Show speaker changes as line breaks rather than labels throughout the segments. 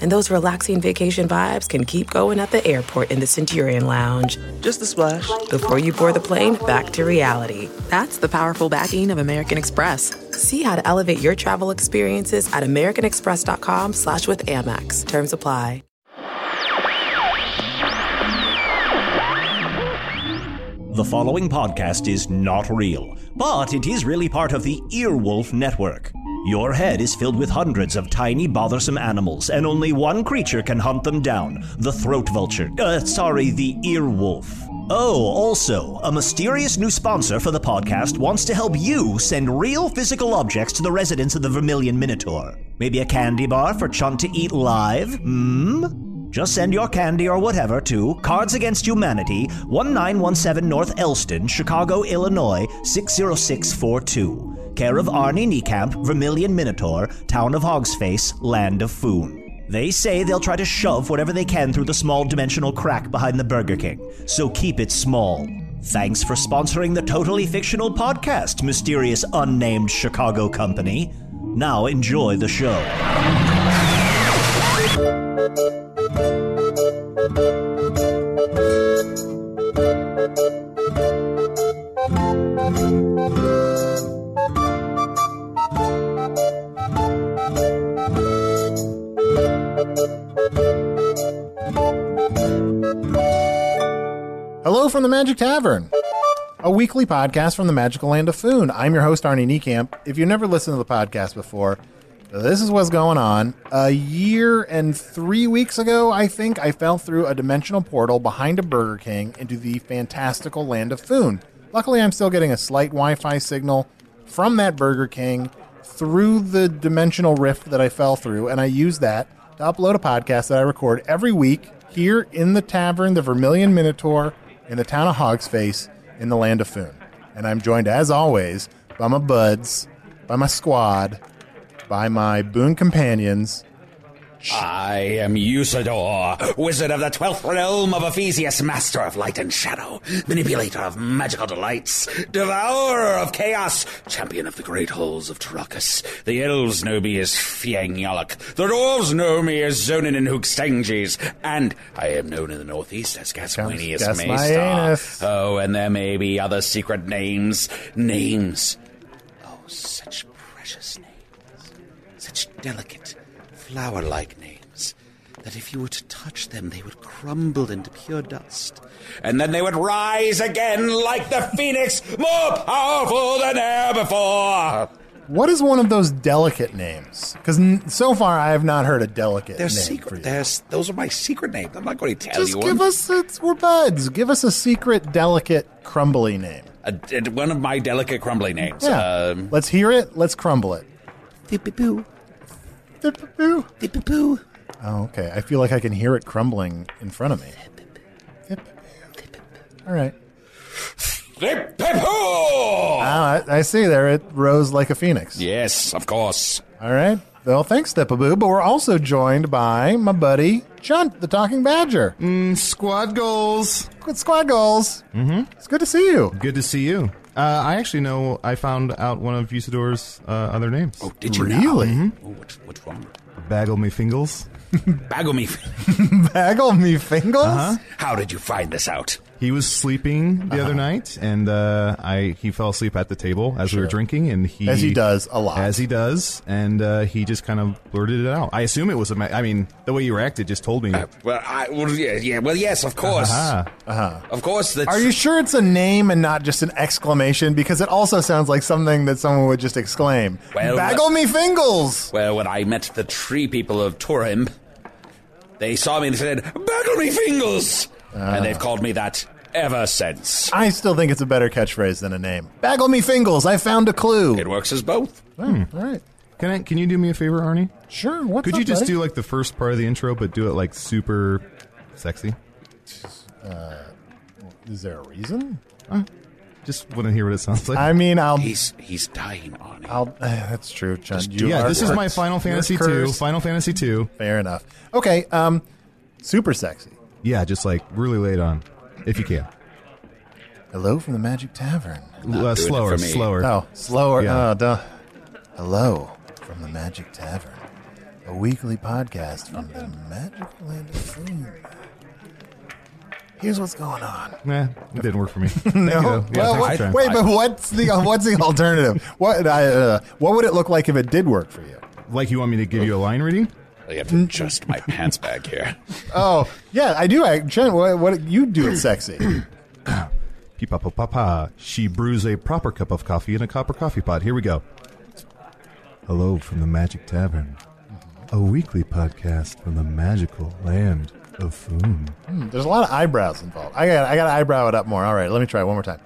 And those relaxing vacation vibes can keep going at the airport in the Centurion Lounge
Just a splash.
before you board the plane back to reality. That's the powerful backing of American Express. See how to elevate your travel experiences at americanexpress.com slash with Amex. Terms apply.
The following podcast is not real, but it is really part of the Earwolf Network. Your head is filled with hundreds of tiny, bothersome animals, and only one creature can hunt them down the throat vulture. Uh, sorry, the earwolf. Oh, also, a mysterious new sponsor for the podcast wants to help you send real physical objects to the residents of the Vermilion Minotaur. Maybe a candy bar for Chunt to eat live? Mmm? Just send your candy or whatever to Cards Against Humanity, 1917 North Elston, Chicago, Illinois, 60642. Care of Arnie Niekamp, Vermilion Minotaur, Town of Hogsface, Land of Foon. They say they'll try to shove whatever they can through the small dimensional crack behind the Burger King, so keep it small. Thanks for sponsoring the totally fictional podcast, Mysterious Unnamed Chicago Company. Now enjoy the show.
Hello from the Magic Tavern, a weekly podcast from the magical land of Foon. I'm your host, Arnie Niekamp. If you've never listened to the podcast before, this is what's going on. A year and three weeks ago, I think, I fell through a dimensional portal behind a Burger King into the fantastical land of Foon. Luckily, I'm still getting a slight Wi Fi signal from that Burger King through the dimensional rift that I fell through, and I use that to upload a podcast that I record every week here in the tavern, the Vermilion Minotaur, in the town of Hogsface, in the land of Foon. And I'm joined, as always, by my buds, by my squad, by my boon companions.
I am Usador, wizard of the twelfth realm of Ephesius, master of light and shadow, manipulator of magical delights, devourer of chaos, champion of the great halls of Tarakas. The elves know me as Fiang Yalak, the dwarves know me as Zonin and Hookstanges, and I am known in the northeast as Gaswanius
Gas- Gasmanius.
Maestar. Oh, and there may be other secret names. Names. Oh, such precious names. Such delicate, flower like names that if you were to touch them, they would crumble into pure dust. And then they would rise again like the phoenix, more powerful than e'er before.
What is one of those delicate names? Because n- so far I have not heard a delicate
They're
name for
secret.
you.
They're, s- those are my secret names. I'm not going to tell
Just
you
give
one.
us it's, we're buds. Give us a secret, delicate, crumbly name.
A- a- one of my delicate crumbly names.
Yeah.
Um,
let's hear it. Let's crumble it.
Thippy-poo,
Thippapoo.
thippy-poo.
Oh, okay. I feel like I can hear it crumbling in front of me. Thippapoo. All right.
Thippy-poo!
Ah, I, I see there. It rose like a phoenix.
Yes, of course.
All right. Well, thanks, Thippaboo. But we're also joined by my buddy Chunt, the talking badger.
Mm, Squad goals.
Good squad goals. Mm-hmm. It's good to see you.
Good to see you. Uh, I actually know I found out one of Usador's uh, other names. Mm-hmm.
Oh, did you
Really?
Now? Oh, what, what's wrong?
Baggle me fingles.
Baggle me.
Bagel me fingles?
How did you find this out?
He was sleeping the other night, and uh, I he fell asleep at the table as we were drinking, and he
As he does a lot.
as he does, and uh, he just kind of blurted it out. I assume it was a. Ma- I mean, the way you acted just told me.
Well, I, well, yeah, yeah, well, yes, of course,
Ah,
of course. That's,
Uh-huh. Are you sure it's a name and not just an exclamation? Because it also sounds like something that someone would just exclaim.
Well,
Baggle me fingals!
Well, when I met the tree people of Turim, they saw me and said, "Baggle me fingers,"
Ah.
and they've called me that ever since.
I still think it's a better catchphrase than a name. Baggle me fingals! I found a clue.
It works as both.
All right,
can I? Can you do me a favor, Arnie?
sure. What's
Could
up,
you just
buddy?
do like the first part of the intro, but do it like super sexy?
Is there a reason?
Just want to hear what it sounds like.
I mean, I'll.
He's he's dying on it.
I'll eh, that's true, Chun. You
yeah,
are
this is my
correct.
Final
You're
Fantasy two.
cursed.
Final Fantasy two.
Fair enough. Okay. Um, super sexy.
Yeah, just like really late on, if you can.
Hello from the Magic Tavern.
L- uh,
doing it
slower,
for me.
slower.
Oh, slower.
Yeah.
Oh, duh. Hello from the Magic Tavern, a weekly podcast from the magical land of food. Here's what's going on.
Nah, it didn't work for me. no.
well, what- wait, but what's the uh, what's the alternative? What I, uh, what would it look like if it did work for you?
Like you want me to give you a line reading?
I have to adjust my pants back here.
Oh, yeah, I do. I, Jen, what, what you do it sexy?
Peepa pa pa pa. She brews a proper cup of coffee in a copper coffee pot. Here we go. Hello from the Magic Tavern, a weekly podcast from the magical land of Foon.
There's a lot of eyebrows involved. I got I got to eyebrow it up more. All right, let me try it one more time.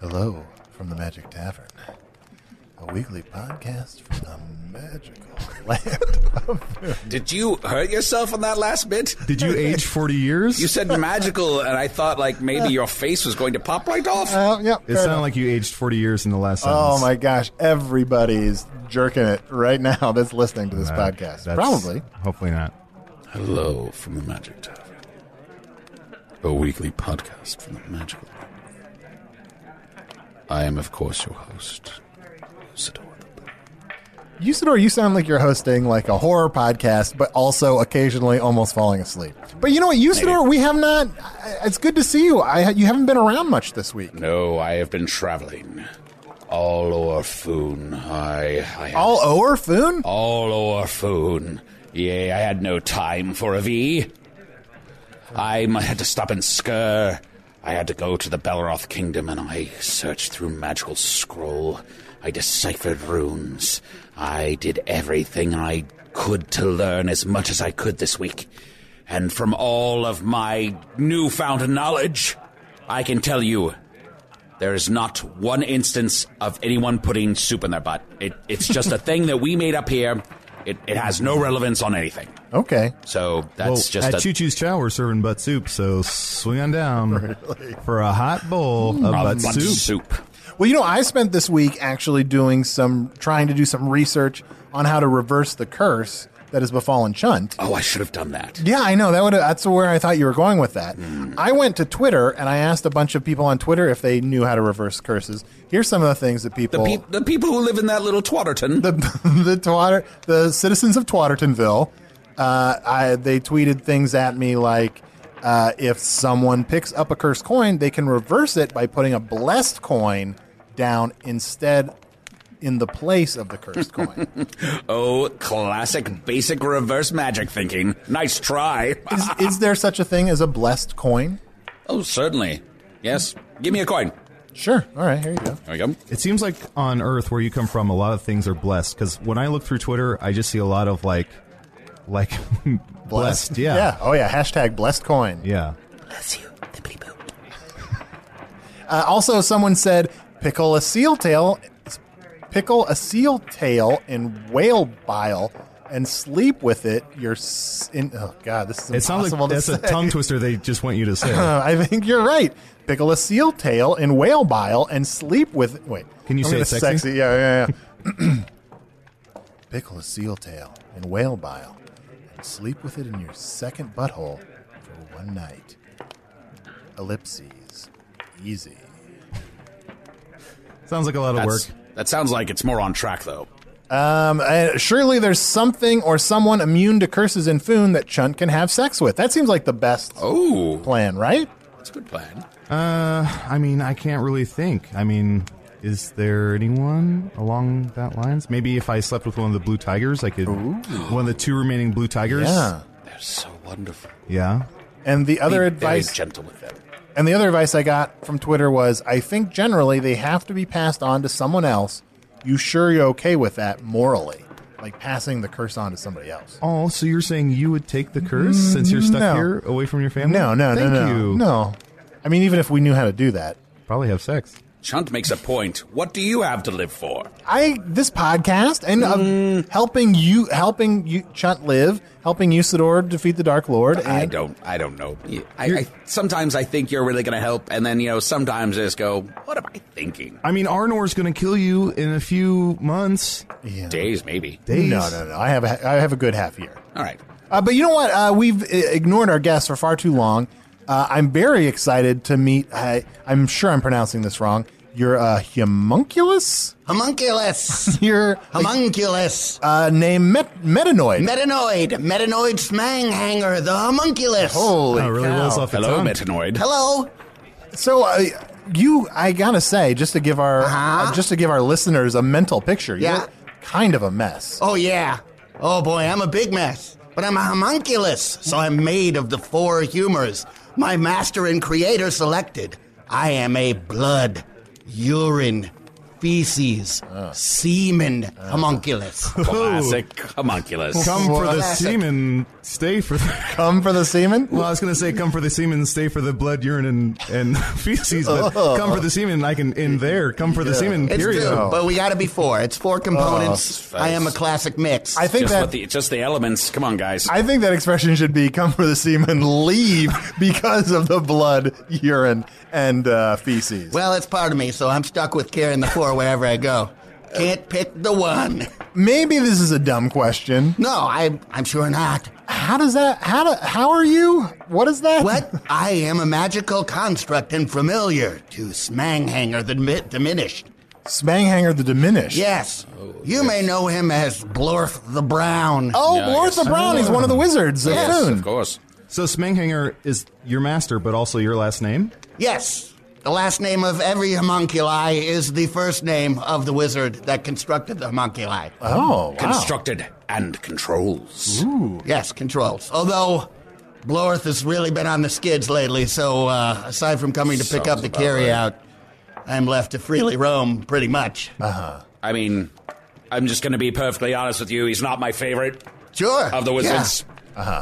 Hello from the Magic Tavern, a weekly podcast from the magical land.
Did you hurt yourself on that last bit?
Did you age 40 years?
You said magical, and I thought like maybe your face was going to pop right off.
Oh, yep.
it sounded like you aged 40 years in the last
Oh
sentence.
my gosh, everybody's jerking it right now that's listening to this
That-
podcast.
Uh, that's-
Probably.
Hopefully not.
Hello from the Magic Tavern, a weekly podcast from the Magical. I am, of course, your host, Isidore the Black.
Usador, you sound like you're hosting like a horror podcast, but also occasionally almost falling asleep. But you know what, Usador, we have not. I- It's good to see you. I you haven't been around much this week.
No, I have been traveling. All o'er Foon. I, I
All over oh, Foon?
all o'er Foon. Yea, I had no time for a V. I m- had to stop in Skur. I had to go to the Belroth Kingdom and I searched through magical scroll. I deciphered runes. I did everything I could to learn as much as I could this week. And from all of my newfound knowledge, I can tell you there is not one instance of anyone putting soup in their butt. It, it's just a thing that we made up here. It, it has no relevance on anything.
Okay.
So
Well,
that's just
at
a,
Choo Choo's Chow, we're serving butt soup, so swing on down for a hot bowl of
Mm, a
butt,
butt
soup.
soup.
Well, you know, I spent this week actually doing some, trying to do some research on how to reverse the curse that has befallen Chunt.
Oh, I should have done that.
Yeah, I know that would. That's where I thought you were going with that. I went to Twitter and I asked a bunch of people on Twitter if they knew how to reverse curses. Here's some of the things that
The,
people,
peop the people who live in that little Twatterton.
the the Twatter, the citizens of Twattertonville, uh, I, they tweeted things at me like, uh, if someone picks up a cursed coin, they can reverse it by putting a blessed coin down instead in the place of the cursed coin.
oh, classic basic reverse magic thinking. Nice try.
Is, is there such a thing as a blessed coin?
oh, certainly. Yes. Give me a coin.
Sure. All right, here you go.
There we go.
It seems like on Earth, where you come from, a lot of things are blessed. Because when I look through Twitter, I just see a lot of like, like blessed. Yeah.
Yeah. Oh yeah. Hashtag blessed coin.
Yeah.
Uh, also, someone said pickle a seal tail, pickle a seal tail in whale bile, and sleep with it. You're s- in. Oh God, this is
It sounds
impossible
like
to
that's a
say.
tongue twister they just want you to say.
Uh, I think you're right. Pickle a seal tail in whale bile and sleep with. Wait,
Can you
I'm
say
gonna
it sexy?
Yeah, yeah, yeah. pickle a seal tail in whale bile and sleep with it in your second butthole for one night. Ellipses, easy.
sounds like a lot of work.
That's- That sounds like it's more on track, though.
Um, uh, surely there's something or someone immune to curses and foon that Chunt can have sex with. That seems like the best
Oh,
plan, right?
That's a good plan.
Uh, I mean, I can't really think. I mean, is there anyone along that lines? Maybe if I slept with one of the blue tigers, I could. One of the two remaining blue tigers.
Yeah.
They're so wonderful.
Yeah.
And the other
Be
advice
Very gentle with them.
and the other advice I got from Twitter was I think generally they have to be passed on to someone else. You sure you're okay with that morally? Like passing the curse on to somebody else.
Oh, so you're saying you would take the curse since you're stuck
no.
here, away from your family?
No, no,
Thank
no, no.
you.
No. I mean even if we knew how to do that.
Probably have sex.
Chunt makes a point. What do you have to live for?
I this podcast and uh,
Mm.
helping you helping you Chunt live, helping Usador defeat the Dark Lord. And
I don't. I don't know. I, I sometimes I think you're really going to help, and then you know sometimes I just go, "What am I thinking?"
I mean, Arnor's going to kill you in a few months,
Days maybe.
days.
No, no, no. I have a, I have a good half year.
All right.
Uh, but you know what? Uh, we've uh, ignored our guests for far too long. Uh, I'm very excited to meet. I, I'm sure I'm pronouncing this wrong. You're uh, a homunculus.
Homunculus.
You're
homunculus.
uh, named Met- Metanoid.
Metanoid. Metanoid Smanghanger. The homunculus.
Holy
Oh, it really
cow.
rolls off the
Hello,
tongue.
Metanoid.
Hello.
So uh, you, I gotta say, just to give our uh just to give our listeners a mental picture,
Uh-huh. Yeah.
you're kind of a mess.
Oh, yeah. Oh, boy, I'm a big mess. But I'm a homunculus, so I'm made of the four humors my master and creator selected. I am a blood, urine, feces,
Ah.
semen homunculus.
Classic homunculus.
Come for the
Classic.
semen, stay for the.
Come for the semen.
Well, I was going to say come for the semen, stay for the blood, urine, and, and feces, but
Oh.
come for the semen, I can in there. Come for the semen,
It's
period.
two, but we gotta be four. It's four components. I am a classic mix.
I think
Oh, Just
that
let the just the elements. Come on, guys.
I think that expression should be "come for the semen, leave because of the blood, urine, and uh, feces."
Well, it's part of me, so I'm stuck with carrying the four wherever I go. Can't pick the one.
Maybe this is a dumb question.
No, I, I'm sure not.
How does that? How do, How are you? What is that?
What? I am a magical construct and familiar to Smanghanger the Mi- Diminished.
Spanghanger the Diminished.
Yes, you may know him as Blorf the Brown.
Oh,
Yeah, I
Lord
guess.
the Brown. He's one of the wizards. of
Yes,
Thune.
of course.
So Smanghanger is your master, but also your last name?
Yes, the last name of every homunculi is the first name of the wizard that constructed the homunculi.
Oh, wow.
Constructed and controls.
Yes, controls. Although Blorth has really been on the skids lately, so uh, aside from coming to pick up
Sounds
the
about
carry
right.
out, I'm left to freely roam pretty much.
I mean, I'm just going to be perfectly honest with you. He's not my favorite
sure.
of the
yeah.
wizards.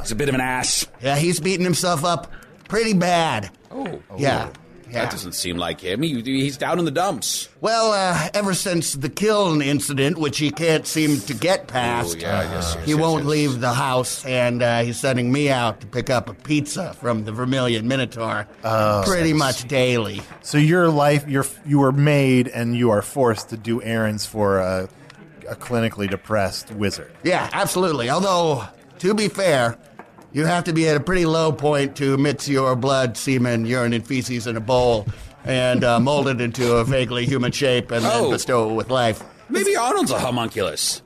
He's a bit of an ass.
Yeah. he's beating himself up pretty bad.
Oh,
Yeah. Yeah.
That doesn't seem like him. He, he's down in the dumps.
Well, uh, ever since the Kiln incident, which he can't seem to get past, uh,
Oh, yeah, yes, yes,
he
yes,
won't
yes.
leave the house, and uh, he's sending me out to pick up a pizza from the Vermilion Minotaur
Oh,
pretty much daily.
So your life, you're you were made, and you are forced to do errands for a, a clinically depressed wizard.
Yeah, absolutely. Although, to be fair, you have to be at a pretty low point to mix your blood, semen, urine, and feces in a bowl and uh, mold it into a vaguely human shape and then
Oh.
bestow it with life.
Maybe Arnold's a homunculus.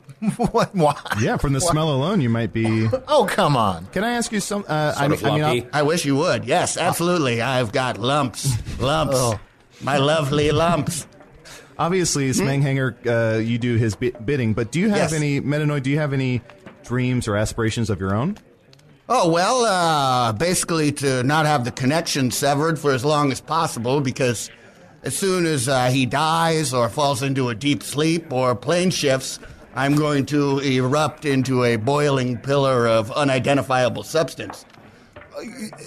what? Why?
Yeah, from the smell alone, you might be.
Oh, come on.
Can I ask you some? Uh, I,
Sort of
mean- I mean,
lumpy. Uh,
I'll-
I wish you would. Yes, absolutely. I've got lumps. Lumps.
Oh.
My lovely lumps. Hmm?
obviously, Smanghanger, uh, you do his bi- bidding, but do you have
Yes.
any Metanoid? Do you have any dreams or aspirations of your own?
Oh, well, uh, basically to not have the connection severed for as long as possible because as soon as uh, he dies or falls into a deep sleep or plane shifts, I'm going to erupt into a boiling pillar of unidentifiable substance.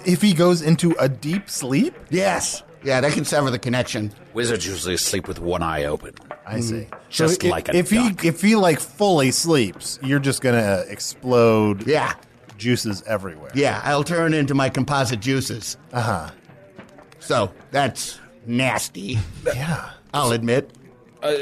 If he goes into a deep sleep,
Yes. Yeah, that can sever the connection.
Wizards usually sleep with one eye open. Mm.
I see.
Mm-hmm. Just
i-
like a
if
duck.
he if he like fully sleeps, you're just gonna explode.
Yeah.
juices everywhere.
Yeah, I'll turn into my composite juices. Uh huh. So that's nasty.
yeah.
I'll admit.
Uh,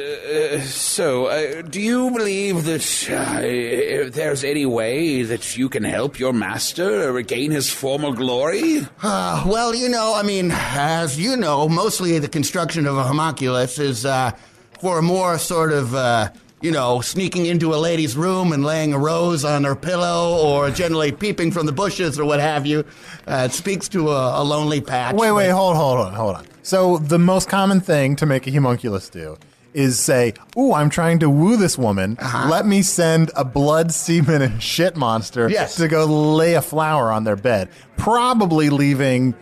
So, uh, do you believe that uh, if there's any way that you can help your master regain his former glory?
Uh, well, you know, I mean, as you know, mostly the construction of a homunculus is uh, for a more sort of uh, you know, sneaking into a lady's room and laying a rose on her pillow or generally peeping from the bushes or what have you. Uh, it speaks to a, a lonely patch.
Wait,
but-
wait, hold, hold on, hold on. So the most common thing to make a homunculus do is say, "Ooh, I'm trying to woo this woman.
Uh-huh.
Let me send a blood, semen, and shit monster
Yes.
to go lay a flower on their bed, probably leaving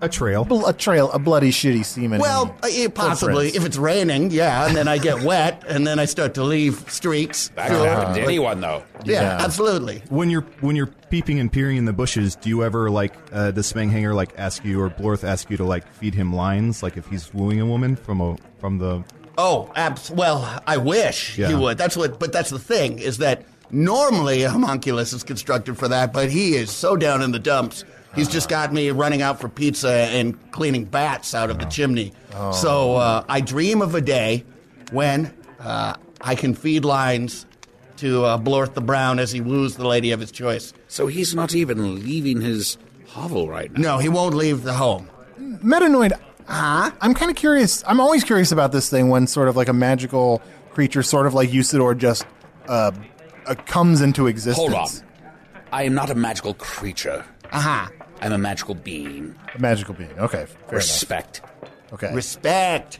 A trail.
bl- a trail, a bloody, shitty semen.
Well,
and
uh, possibly.
footprints."
If it's raining, yeah, and then I get wet, and then I start to leave streaks.
That
Sure.
could happen to anyone, though.
Uh, yeah,
Yeah.
absolutely.
When you're when you're peeping and peering in the bushes, do you ever like uh, does Spanghanger like ask you or Blorth ask you to like feed him lines like if he's wooing a woman from a from the
Oh, abs- well, I wish he
Yeah.
would. That's what. But that's the thing is that normally a homunculus is constructed for that, but he is so down in the dumps. He's just got me running out for pizza and cleaning bats out of the chimney. So uh, I dream of a day when uh, I can feed lines to uh, Blorth the Brown as he woos the lady of his choice.
So he's not even leaving his hovel right now.
No, he won't leave the home.
Metanoid.
Uh-huh.
I'm kind of curious. I'm always curious about this thing when sort of like a magical creature, sort of like Usador, just uh, uh, comes into existence.
Hold on. I am not a magical creature.
Aha.
I'm a magical being.
A magical being. Okay, fair enough.
Respect.
Okay.
Respect.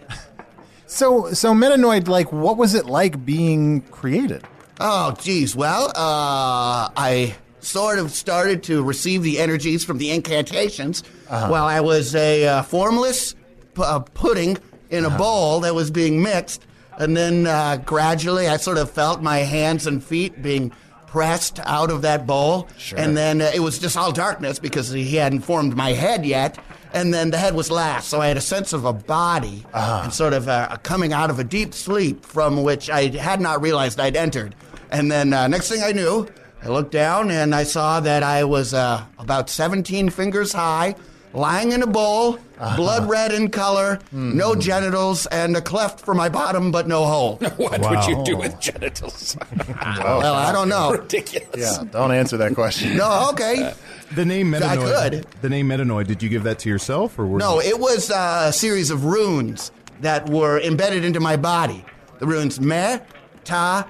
So, so Metanoid, like, what was it like being created?
Oh, geez. Well, uh, I sort of started to receive the energies from the incantations while I was a uh, formless p- uh, pudding in a bowl that was being mixed. And then uh, gradually I sort of felt my hands and feet being pressed out of that bowl.
Sure.
And then uh, it was just all darkness because he hadn't formed my head yet. And then the head was last. So I had a sense of a body and sort of uh, coming out of a deep sleep from which I had not realized I'd entered. And then uh, next thing I knew, I looked down and I saw that I was uh, about 17 fingers high, lying in a bowl, blood red in color, no genitals, and a cleft for my bottom, but no hole.
What would you do with genitals?
well, I don't know.
Ridiculous.
don't answer that question.
No, okay.
the name
I
Metanoid?
could.
The name Metanoid. Did you give that to yourself or were
No,
you-
it was uh, a series of runes that were embedded into my body. The runes me, ta,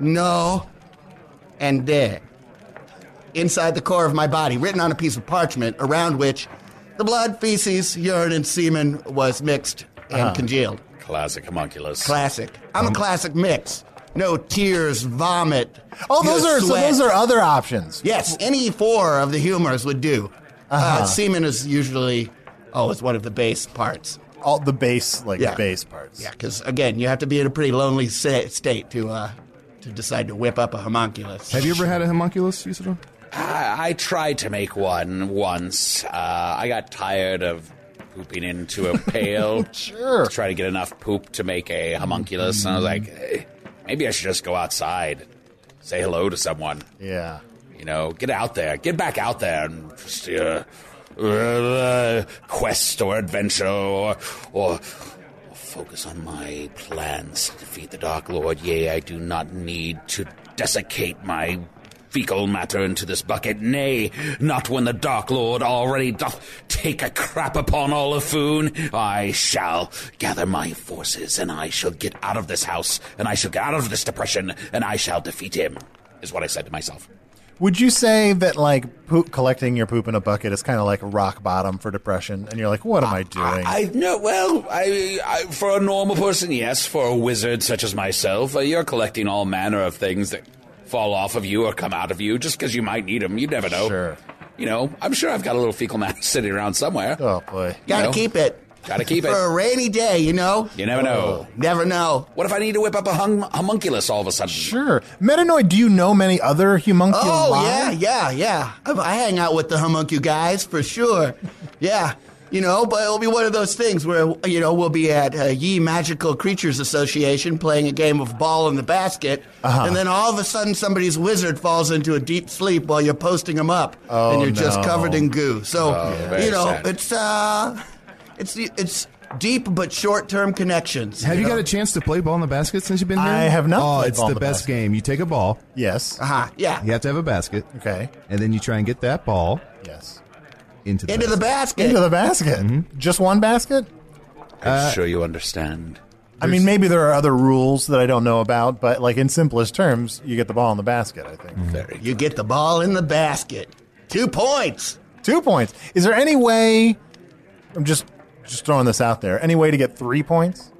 no, and de. Inside the core of my body, written on a piece of parchment around which the blood, feces, urine, and semen was mixed and congealed.
Classic homunculus.
Classic. I'm
Um,
a classic mix. No tears, vomit.
Oh, those
no
are so
sweat.
those are other options.
Yes, any four of the humors would do. uh
Uh-huh.
semen is usually, oh, it's one of the base parts.
All the base, like
Yeah.
base parts.
Yeah, because again, you have to be in a pretty lonely sa- state to uh, to decide to whip up a homunculus.
Have you ever had a homunculus, Usador?
I, I tried to make one once. Uh, I got tired of pooping into a pail.
Sure.
To try to get enough poop to make a homunculus. And I was like, eh, maybe I should just go outside, say hello to someone.
Yeah.
You know, get out there, get back out there and just, uh, uh, quest or adventure or, or focus on my plans to defeat the Dark Lord. Yea, I do not need to desiccate my fecal matter into this bucket. Nay, not when the Dark Lord already doth take a crap upon all of Foon. I shall gather my forces and I shall get out of this house and I shall get out of this depression and I shall defeat him, is what I said to myself.
Would you say that like poop, collecting your poop in a bucket is kind of like rock bottom for depression? And you're like, what am I doing?
I no, well, I, I for a normal person, yes. For a wizard such as myself, uh, you're collecting all manner of things that fall off of you or come out of you, just because you might need them. You never know.
Sure.
You know, I'm sure I've got a little fecal matter sitting around somewhere.
oh boy.
Gotta
No.
keep it.
Gotta keep it.
for a rainy day. You know.
You never know.
Oh.
Never know.
What if I need to whip up a hum- homunculus all of a sudden?
Sure. Metanoid, do you know many other homunculi?
Oh yeah, yeah, yeah. I, I hang out with the homuncu guys for sure. Yeah, you know, but it'll be one of those things where you know we'll be at uh, Ye Magical Creatures Association playing a game of ball in the basket, and then all of a sudden somebody's wizard falls into a deep sleep while you're posting them up,
Oh,
and you're just
no.
covered in goo. So
very
you know,
sad.
it's uh, it's it's deep but short-term connections.
Have you got a chance to play ball in the basket since you've been here?
I have not
Oh,
played
it's
ball in
the
the
best
basket.
game. You take a ball.
Yes.
Uh-huh, yeah.
You have to have a basket.
Okay.
And then you try and get that ball
Yes.
into the
Into the
basket.
basket. Mm-hmm.
Into the basket. Just one basket?
I'm sure you understand.
I mean, maybe there are other rules that I don't know about, but like in simplest terms, you get the ball in the basket. I think
You get the ball in the basket. Two points.
two points. Is there any way? I'm just just throwing this out there. Any way to get three points?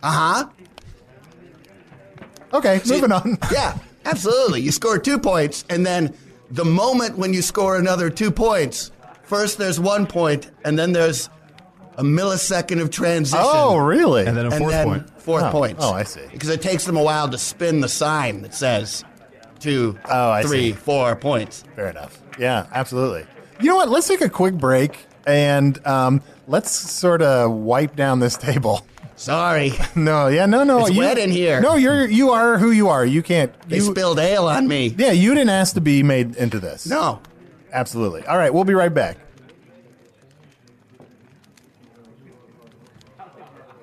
Uh huh.
Okay, moving on.
Yeah, absolutely. You score two points, and then the moment when you score another two points, first there's one point, and then there's a millisecond of transition.
Oh, really?
And then a
and
fourth
then
point.
Fourth
Oh,
points.
oh, I see.
Because it takes them a while to spin the sign that says two,
Oh, I
three,
see.
four points.
Fair enough. Yeah, absolutely. You know what? Let's take a quick break and um, let's sort of wipe down this table.
Sorry,
No, yeah, no, no.
It's wet in here.
No, you're you are who you are. You can't.
they
you-
spilled ale on me.
yeah, you didn't ask to be made into this.
No,
absolutely. All right, we'll be right back.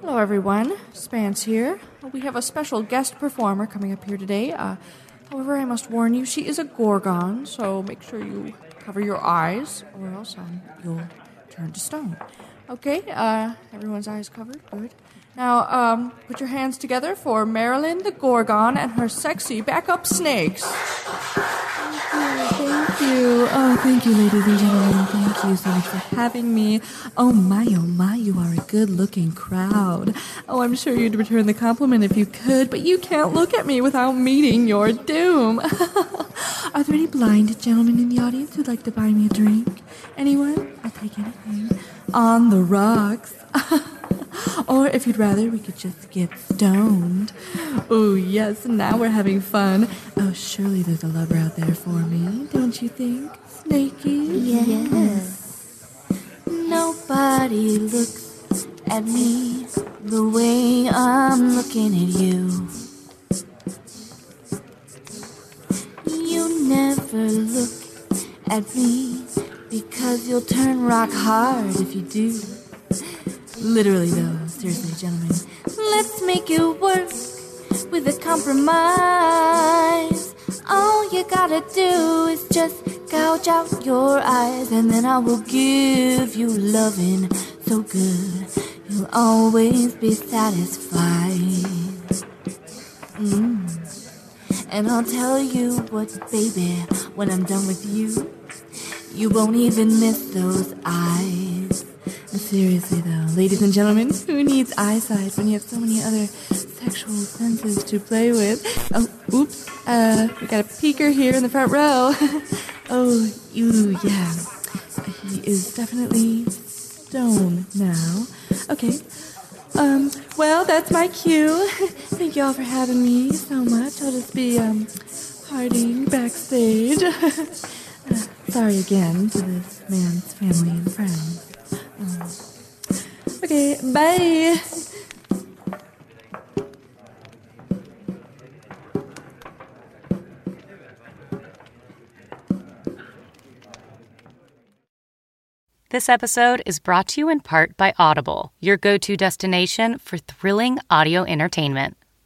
Hello, everyone. Spance here. We have a special guest performer coming up here today. Uh, however, I must warn you, she is a Gorgon, so make sure you cover your eyes, or else um, you'll turn to stone. Okay, uh, everyone's eyes covered. Good. Now, um, put your hands together for Marilyn the Gorgon and her sexy backup snakes.
Thank you. Oh, thank you, ladies and gentlemen. Thank you so much for having me. Oh my, oh my, you are a good looking crowd. Oh, I'm sure you'd return the compliment if you could, but you can't look at me without meeting your doom. are there any blind gentlemen in the audience who'd like to buy me a drink? Anyone? I'll take anything. On the rocks. Or if you'd rather, we could just get stoned. Oh, yes, now we're having fun. Oh, surely there's a lover out there for me, don't you think, Snakey?
Yes. Nobody looks at me the way I'm looking at you. You never look at me because you'll turn rock hard if you do.
Literally, though, seriously, gentlemen.
Let's make it work with a compromise. All you gotta do is just gouge out your eyes, and then I will give you loving so good you'll always be satisfied. Mm. And I'll tell you what, baby, when I'm done with you, you won't even miss those eyes.
Seriously, though, ladies and gentlemen, who needs eyesight when you have so many other sexual senses to play with? Oh, oops. Uh, we got a peeker here in the front row. oh, you, yeah. He is definitely stone now. Okay. Um, well, that's my cue. Thank you all for having me so much. I'll just be, um, partying backstage. Uh, sorry again to this man's family and friends. Um, Okay, bye.
This episode is brought to you in part by Audible, your go to destination for thrilling audio entertainment.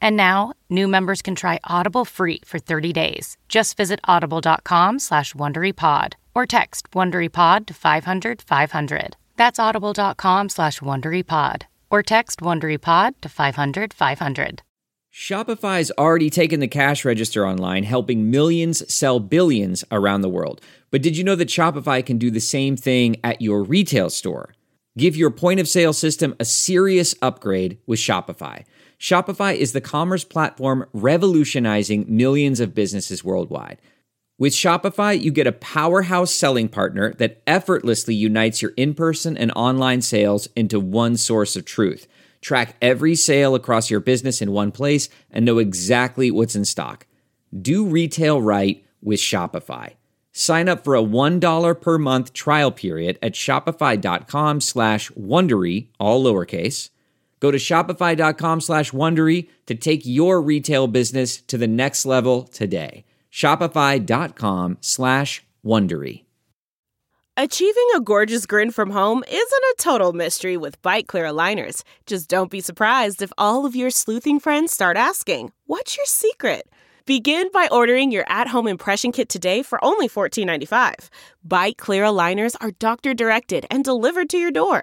And now, new members can try Audible free for 30 days. Just visit audible.com slash WonderyPod or text WonderyPod to 500 500. That's audible.com slash WonderyPod or text WonderyPod to 500 500.
Shopify's already taken the cash register online, helping millions sell billions around the world. But did you know that Shopify can do the same thing at your retail store? Give your point of sale system a serious upgrade with Shopify. Shopify is the commerce platform revolutionizing millions of businesses worldwide. With Shopify, you get a powerhouse selling partner that effortlessly unites your in person and online sales into one source of truth. Track every sale across your business in one place and know exactly what's in stock. Do retail right with Shopify. Sign up for a $1 per month trial period at shopify.com slash Wondery, all lowercase. Go to shopify.com slash Wondery to take your retail business to the next level today. Shopify.com slash Wondery.
Achieving a gorgeous grin from home isn't a total mystery with bite clear aligners. Just don't be surprised if all of your sleuthing friends start asking, What's your secret? Begin by ordering your at home impression kit today for only $14.95. Bite clear aligners are doctor directed and delivered to your door.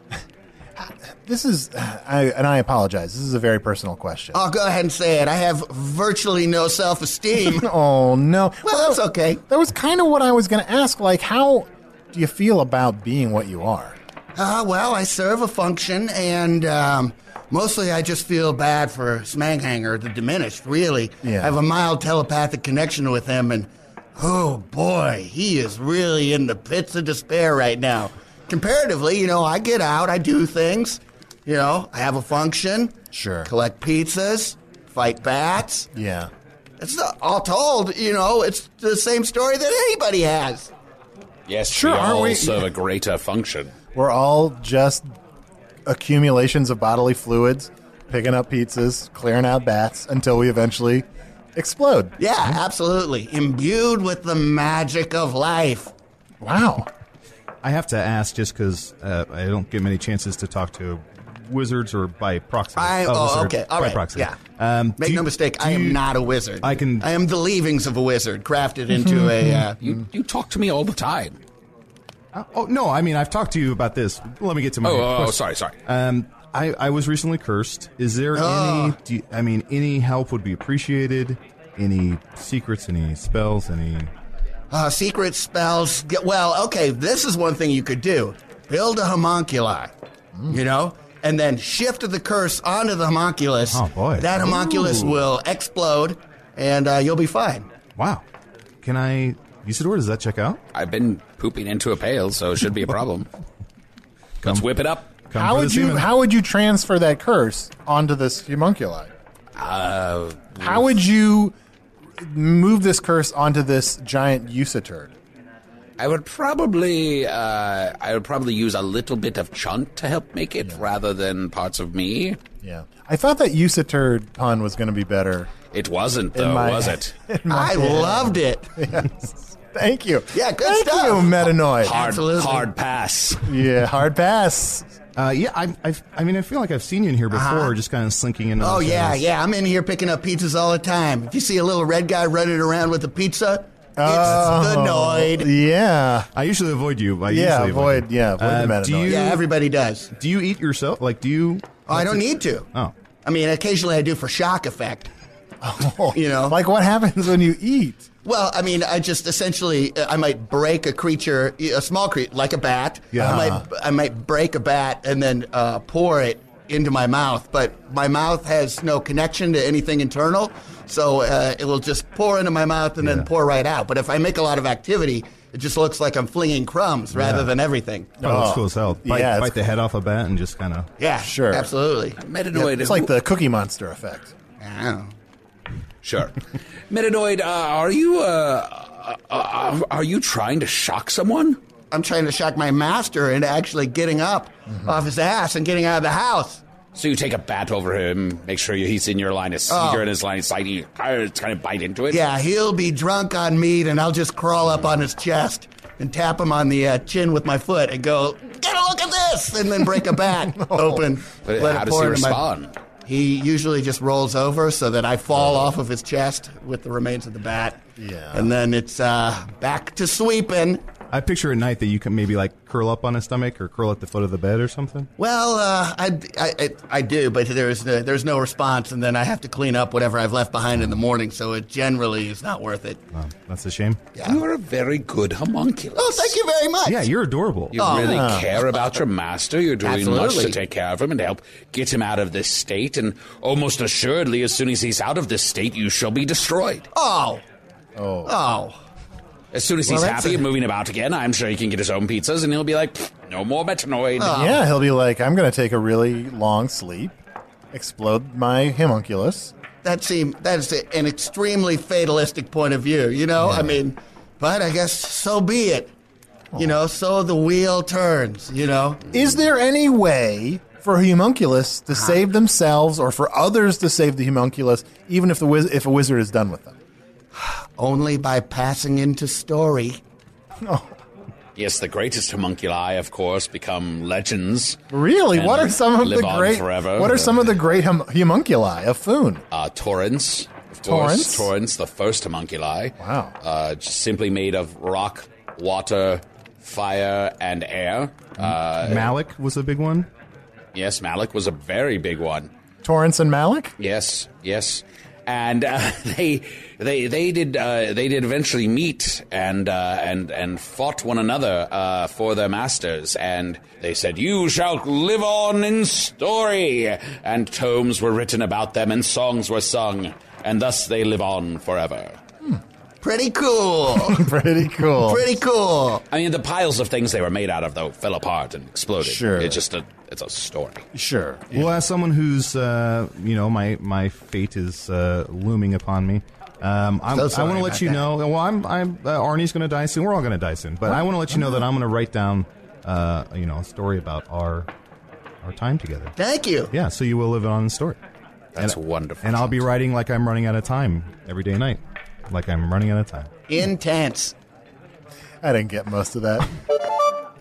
This is, uh, I, and I apologize. This is a very personal question.
I'll go ahead and say it. I have virtually no self esteem.
oh no.
Well, that's okay.
That was kind of what I was going to ask. Like, how do you feel about being what you are?
Uh, well, I serve a function, and um, mostly I just feel bad for Smanghanger, the diminished, really.
Yeah.
I have a mild telepathic connection with him, and oh boy, he is really in the pits of despair right now. Comparatively, you know, I get out, I do things, you know, I have a function,
Sure.
collect pizzas, fight bats.
Yeah.
It's not, all told, you know, it's the same story that anybody has.
Yes,
Sure,
we
aren't
all
we-
serve a greater function.
We're all just accumulations of bodily fluids, picking up pizzas, clearing out bats until we eventually explode.
Yeah, absolutely. Imbued with the magic of life.
Wow.
I have to ask just because uh, I don't get many chances to talk to wizards or by proxy.
I,
Oh,
oh,
wizard,
okay. All
by
right.
proxy.
Yeah.
Um,
Make
do
no
you-
mistake,
do
I am
you-
not a wizard.
I can-
I am the leavings of a wizard, crafted into
Mm-hmm.
a. Uh,
You you talk to me all the time.
Oh no! I mean, I've talked to you about this. Let me get to my.
Oh, oh, oh,
question.
sorry, sorry.
Um, I I was recently cursed. Is there any? Do you- I mean, any help would be appreciated. Any secrets? Any spells? Any?
uh, secret spells. Get- Well, okay, this is one thing you could do build a homunculi, you know? And then shift the curse onto the homunculus.
Oh, boy.
That homunculus
Ooh.
will explode, and uh, you'll be fine.
Wow! Can I? Usador, does that check out?
I've been pooping into a pail, so it should be a problem. Let's whip it up.
Come
How
for
would
this
you
demon.
how would you transfer that curse onto this homunculi?
Uh,
How would you move this curse onto this giant usaturd?
I would probably uh, I would probably use a little bit of chunt to help make it rather than parts of me.
Yeah. I thought that usaturd pun was going to be better.
It wasn't
in
though,
my-
was it?
in my
I
head.
loved it.
Thank you.
Yeah, good
Thank
stuff.
you, Metanoid.
Hard
Absolutely.
hard pass.
Yeah, hard pass.
Uh, yeah, I, I've, I mean, I feel like I've seen you in here before, just kind of slinking in.
Uh-huh. Oh
other
yeah,
things.
yeah. I'm in here picking up pizzas all the time. If you see a little red guy running around with a pizza, it's the Noid.
Yeah.
I usually avoid Oh, you. I
Yeah,
usually
avoid-
you.
yeah, avoid the
Uh,
meta
do
noise.
you
Yeah, everybody does.
do you eat yourself? Like, do you?
Oh, I don't need to.
Oh,
I mean, occasionally I do for shock effect.
Oh,
You know,
Like what happens when you eat?
well, I mean, I just essentially uh, I might break a creature, a small creature like a bat.
Yeah.
I might I might break a bat and then uh, pour it into my mouth, but my mouth has no connection to anything internal, so uh, it will just pour into my mouth and then pour right out. But if I make a lot of activity, it just looks like I'm flinging crumbs rather than everything.
oh, that's cool as hell. Bite,
yeah, it's
bite the head off a bat and just kind of.
Yeah,
Sure.
absolutely.
Metanoid.
It's like the Cookie Monster effect.
Yeah.
sure. Metanoid, uh, are you uh, uh, uh, are you trying to shock someone?
I'm trying to shock my master into actually getting up
Mm-hmm.
off his ass and getting out of the house.
So you take a bat over him, make sure he's in your line of
Oh.
you're in his line of sight. You kind of kind of bite into it.
Yeah, he'll be drunk on meat, and I'll just crawl up on his chest and tap him on the uh, chin with my foot and go, "Get a look at this!" and then break a bat open.
But
let
how
it
does
pour
he
into my-
respond? Oh.
He usually just rolls over so that I fall off of his chest with the remains of the bat.
Yeah.
and then it's uh, back to sweeping.
I picture at night that you can maybe like curl up on his stomach or curl at the foot of the bed or something.
Well, uh, I, I, I, I do, but there's uh, there's no response, and then I have to clean up whatever I've left behind in the morning. So it generally is not worth it.
Wow, that's a shame.
You are a very good homunculus.
Oh, thank you very much.
Yeah, you're adorable.
You
Oh,
really care about your master. You're doing much
Absolutely.
to take care of him and help get him out of this state. And almost assuredly, as soon as he's out of this state, you shall be destroyed.
Oh, oh, oh.
As soon as he's
Oh. Well, that's
happy
a-
and moving about again, I'm sure he can get his own pizzas and he'll be like, "Pfft, no more Metanoid.
Yeah, he'll be like, I'm going to take a really long sleep, explode my homunculus.
That seem that's a- an extremely fatalistic point of view, you know? I mean, but I guess so be it. You know, so the wheel turns, you know?
Is there any way for homunculus to save themselves or for others to save the homunculus, even if the wiz- if a wizard is done with them?
Only by passing into story.
Yes, the greatest homunculi, of course, become legends.
Really?
and
what are some of
live
the
on
great?
Forever.
What are some of the great hum- homunculi of Foon?
Uh, Torrens, of
Torrens?
course. Torrens, the first homunculi.
Wow.
Uh, just simply made of rock, water, fire, and air. Uh,
Malik was a big one.
Yes, Malik was a very big one.
Torrance and Malik?
Yes, yes, and uh, they they they did uh, they did eventually meet and uh, and and fought one another uh, for their masters, and they said, "You shall live on in story." And tomes were written about them, and songs were sung, and thus they live on forever.
Pretty cool.
Pretty cool.
Pretty cool.
I mean, the piles of things they were made out of though fell apart and exploded.
Sure.
it's just a it's a story.
Oh, Sure.
Well, as someone who's, uh, you know, my my fate is uh, looming upon me. Um, I'm,
So
I
sorry
want to
about
let you
that.
know. Well, I'm, I'm uh, Arnie's going to die soon. We're all going to die soon. But I want to let you know that I'm going to write down, uh, you know, a story about our our time together.
Thank you.
Yeah, so you will live on in story.
That's wonderful.
And I'll be writing like I'm running out of time every day and night, like I'm running out of time.
Intense.
I didn't get most of that.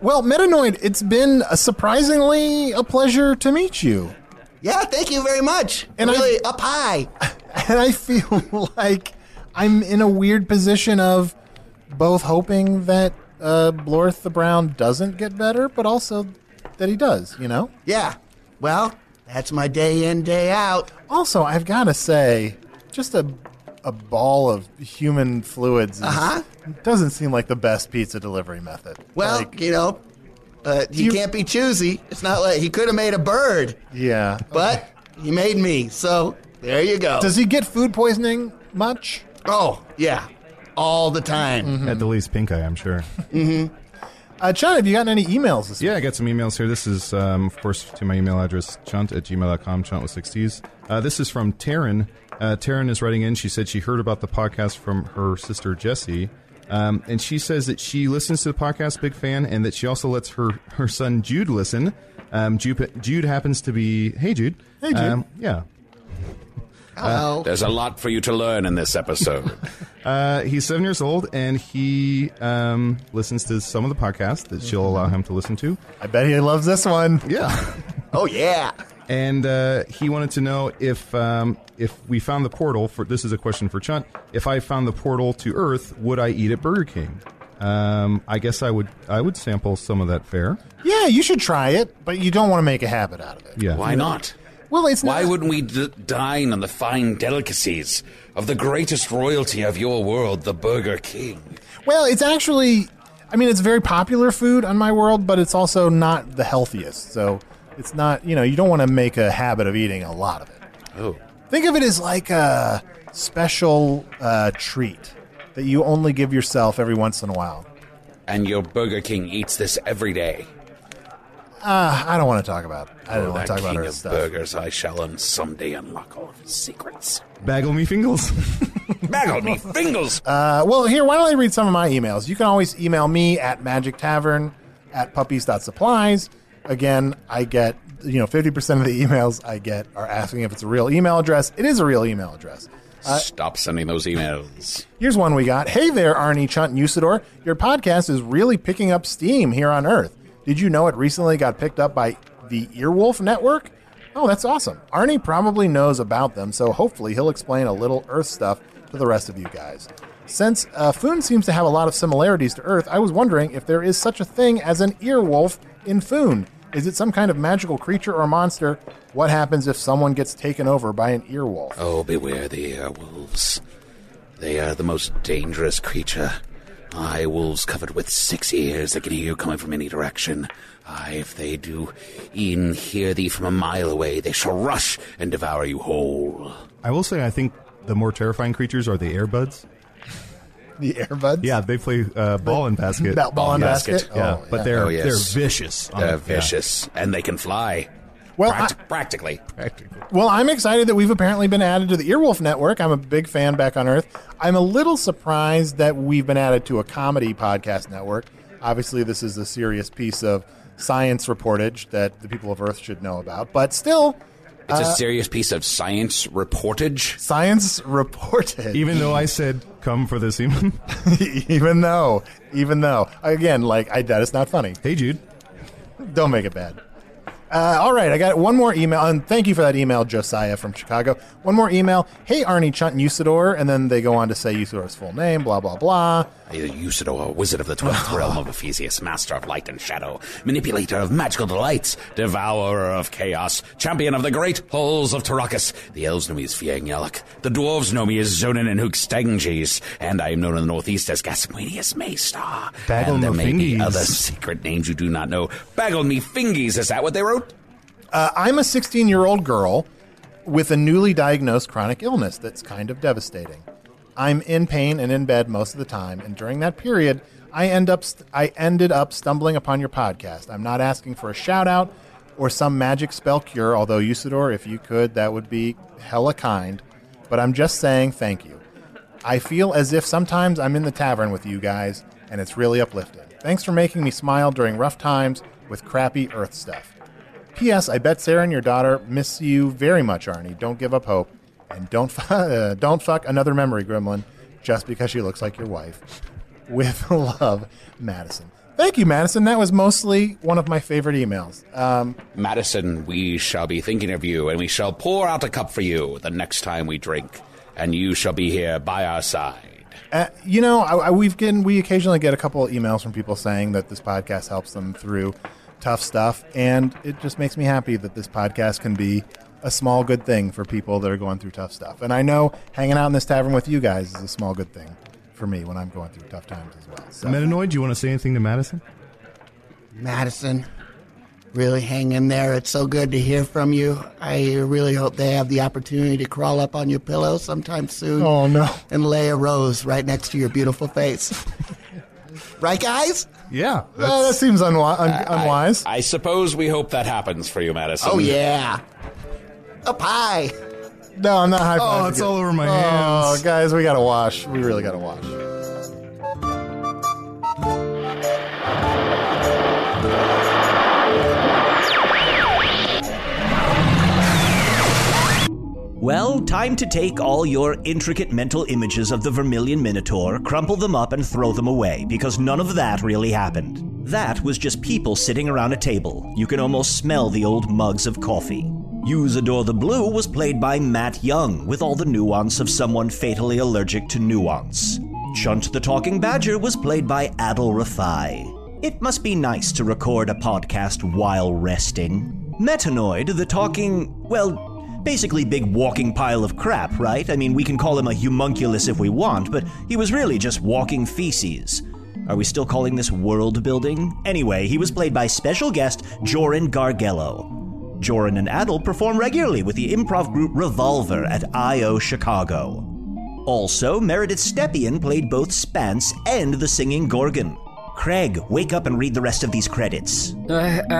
well, Metanoid, it's been uh, surprisingly a pleasure to meet you.
Yeah, thank you very much.
And I-
really up high.
And I feel like I'm in a weird position of both hoping that uh, Blorth the Brown doesn't get better, but also that he does, you know?
Yeah. Well, that's my day in, day out.
Also, I've got to say, just a a ball of human fluids is,
Uh-huh.
doesn't seem like the best pizza delivery method.
Well,
Like,
you know, uh, he
You-
can't be choosy. It's not like he could have made a bird,
yeah.
but he made me. So there you go.
Does he get food poisoning much?
oh, yeah. All the time.
At the least, pink eye, I'm sure.
Uh, Chad, have you gotten any emails this
Yeah, I got some emails here. This is, um, of course, to my email address, chunt at gmail.com, chunt with six T's. Uh, this is from Taryn. Uh, Taryn is writing in. She said she heard about the podcast from her sister, Jessie. Um, and she says that she listens to the podcast, big fan, and that she also lets her, her son Jude listen. Um, Jude, Jude happens to be, hey, Jude. Hey, Jude. Um, yeah.
Hello.
There's a lot for you to learn in this episode.
Uh, he's seven years old, and he um, listens to some of the podcasts that she'll allow him to listen to.
I bet he loves this one.
Yeah.
oh, yeah.
and uh, he wanted to know if um, if we found the portal for this is a question for Chunt. If I found the portal to Earth, would I eat at Burger King? Um, I guess I would. I would sample some of that fare.
Yeah, you should try it, but you don't want to make a habit out of it.
Yeah.
Why not?
Well, it's
Why
not.
wouldn't we d- dine on the fine delicacies of the greatest royalty of your world, the Burger King?
Well, it's actually, I mean, it's very popular food on my world, but it's also not the healthiest. So it's not, you know, you don't want to make a habit of eating a lot of it.
Oh,
Think of it as like a special uh, treat that you only give yourself every once in a while.
and your Burger King eats this every day.
Uh, I don't want to talk about. I don't
Oh,
want
that
to talk
king
about her
of
stuff.
burgers, I shall un- someday unlock all of his secrets.
Bagel me fingers.
Baggle me fingers!
Uh, well, here, why don't I read some of my emails? You can always email me at magic tavern at puppies.supplies. Again, I get, you know, 50% of the emails I get are asking if it's a real email address. It is a real email address.
Stop sending those emails.
Here's one we got. Hey there, Arnie, Chunt, and Usador. Your podcast is really picking up steam here on Earth. Did you know it recently got picked up by the Earwolf Network? Oh, that's awesome. Arnie probably knows about them, so hopefully he'll explain a little Earth stuff to the rest of you guys. Since uh, Foon seems to have a lot of similarities to Earth, I was wondering if there is such a thing as an earwolf in Foon. Is it some kind of magical creature or monster? What happens if someone gets taken over by an earwolf?
Oh, beware the wolves. They are the most dangerous creature. Aye, wolves covered with six ears that can hear you coming from any direction. Aye, if they do e'en hear thee from a mile away, they shall rush and devour you whole.
I will say, I think the more terrifying creatures are the airbuds.
The earbuds.
Yeah, they play uh, ball and basket.
Ba- ball and basket?
Yeah,
Oh,
but
yeah.
they're
Oh, yes.
they're vicious. on
They're
it, yeah.
vicious, and they can fly.
Well,
Practi- practically. Practically.
Well, I'm excited that we've apparently been added to the Earwolf Network. I'm a big fan back on Earth. I'm a little surprised that we've been added to a comedy podcast network. Obviously, this is a serious piece of science reportage that the people of Earth should know about, but still,
It's
uh,
a serious piece of science reportage.
science reported.
Even though I said come for this evening,
even though, even though, again, like I, that is not funny.
Hey, Jude,
don't make it bad. Uh, all right, I got one more email, and thank you for that email, Josiah from Chicago. One more email. Hey, Arnie Chunt and Usador, and then they go on to say Usador's full name, blah blah blah.
Usador, Oh, wizard of the twelfth realm of Ephesius, master of light and shadow, manipulator of magical delights, devourer of chaos, champion of the great halls of Tarakas. The elves know me as Fiangyalak. The dwarves know me as Zonin and Hookstanges, and I am known in the northeast as Gasmanius Maystar.
Bagel
and there
me
may be
fingies.
other secret names you do not know. Baggle me fingies, is that what they wrote?
Uh, I'm a 16 year old girl with a newly diagnosed chronic illness that's kind of devastating. I'm in pain and in bed most of the time, and during that period, I end up st- I ended up stumbling upon your podcast. I'm not asking for a shout out or some magic spell cure, although Usador, if you could, that would be hella kind. But I'm just saying thank you. I feel as if sometimes I'm in the tavern with you guys, and it's really uplifting. Thanks for making me smile during rough times with crappy Earth stuff. P.S. I bet Sarah and your daughter miss you very much, Arnie. Don't give up hope, and don't fu- uh, don't fuck another memory gremlin just because she looks like your wife. With love, Madison. Thank you, Madison. That was mostly one of my favorite emails. Um,
Madison, we shall be thinking of you, and we shall pour out a cup for you the next time we drink, and you shall be here by our side.
Uh, you know, I, I, we've getting we occasionally get a couple of emails from people saying that this podcast helps them through tough stuff, and it just makes me happy that this podcast can be a small good thing for people that are going through tough stuff. And I know hanging out in this tavern with you guys is a small good thing for me when I'm going through tough times as well. So.
Metanoid, do you want to say anything to Madison?
Madison, really hang in there. It's so good to hear from you. I really hope they have the opportunity to crawl up on your pillow sometime soon.
Oh, no.
And lay a rose right next to your beautiful face. right, guys?
Yeah.
Well, that seems unwi- un- unwise.
I suppose we hope that happens for you, Madison.
Oh, yeah. Up high.
No, I'm not high.
Oh, it's all over my hands.
Oh, guys, we gotta wash. We really gotta wash.
Well, time to take all your intricate mental images of the Vermilion Minotaur, crumple them up, and throw them away, because none of that really happened. That was just people sitting around a table. You can almost smell the old mugs of coffee. Use Adore the Blue was played by Matt Young, with all the nuance of someone fatally allergic to nuance. Chunt the Talking Badger was played by Adil Rafai. It must be nice to record a podcast while resting. Metanoid, the talking, well, Basically, big walking pile of crap, right? I mean, we can call him a humunculus if we want, but he was really just walking feces. Are we still calling this world building? Anyway, he was played by special guest Joran Gargello. Joran and Adel perform regularly with the improv group Revolver at I.O. Chicago. Also, Meredith Stepien played both Spence and the singing Gorgon. Craig, wake up and read the rest of these credits.
Uh, uh,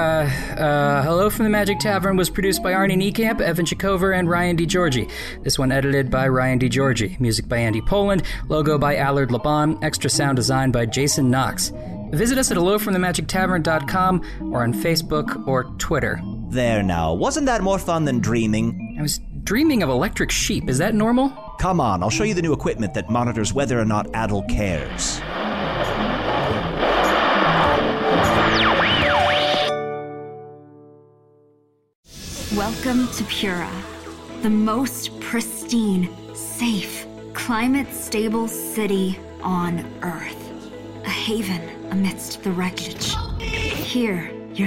uh, Hello from the Magic Tavern was produced by Arnie Niekamp, Evan Chikover, and Ryan DiGiorgi. This one edited by Ryan DiGiorgi. Music by Andy Poland. Logo by Allard Laban. Extra sound design by Jason Knox. Visit us at hellofromthemagictavern.com or on Facebook or Twitter.
There now, wasn't that more fun than dreaming?
I was dreaming of electric sheep. Is that normal?
Come on, I'll show you the new equipment that monitors whether or not Adel cares.
Welcome to Pura, the most pristine, safe, climate stable city on Earth. A haven amidst the wreckage. Here, you're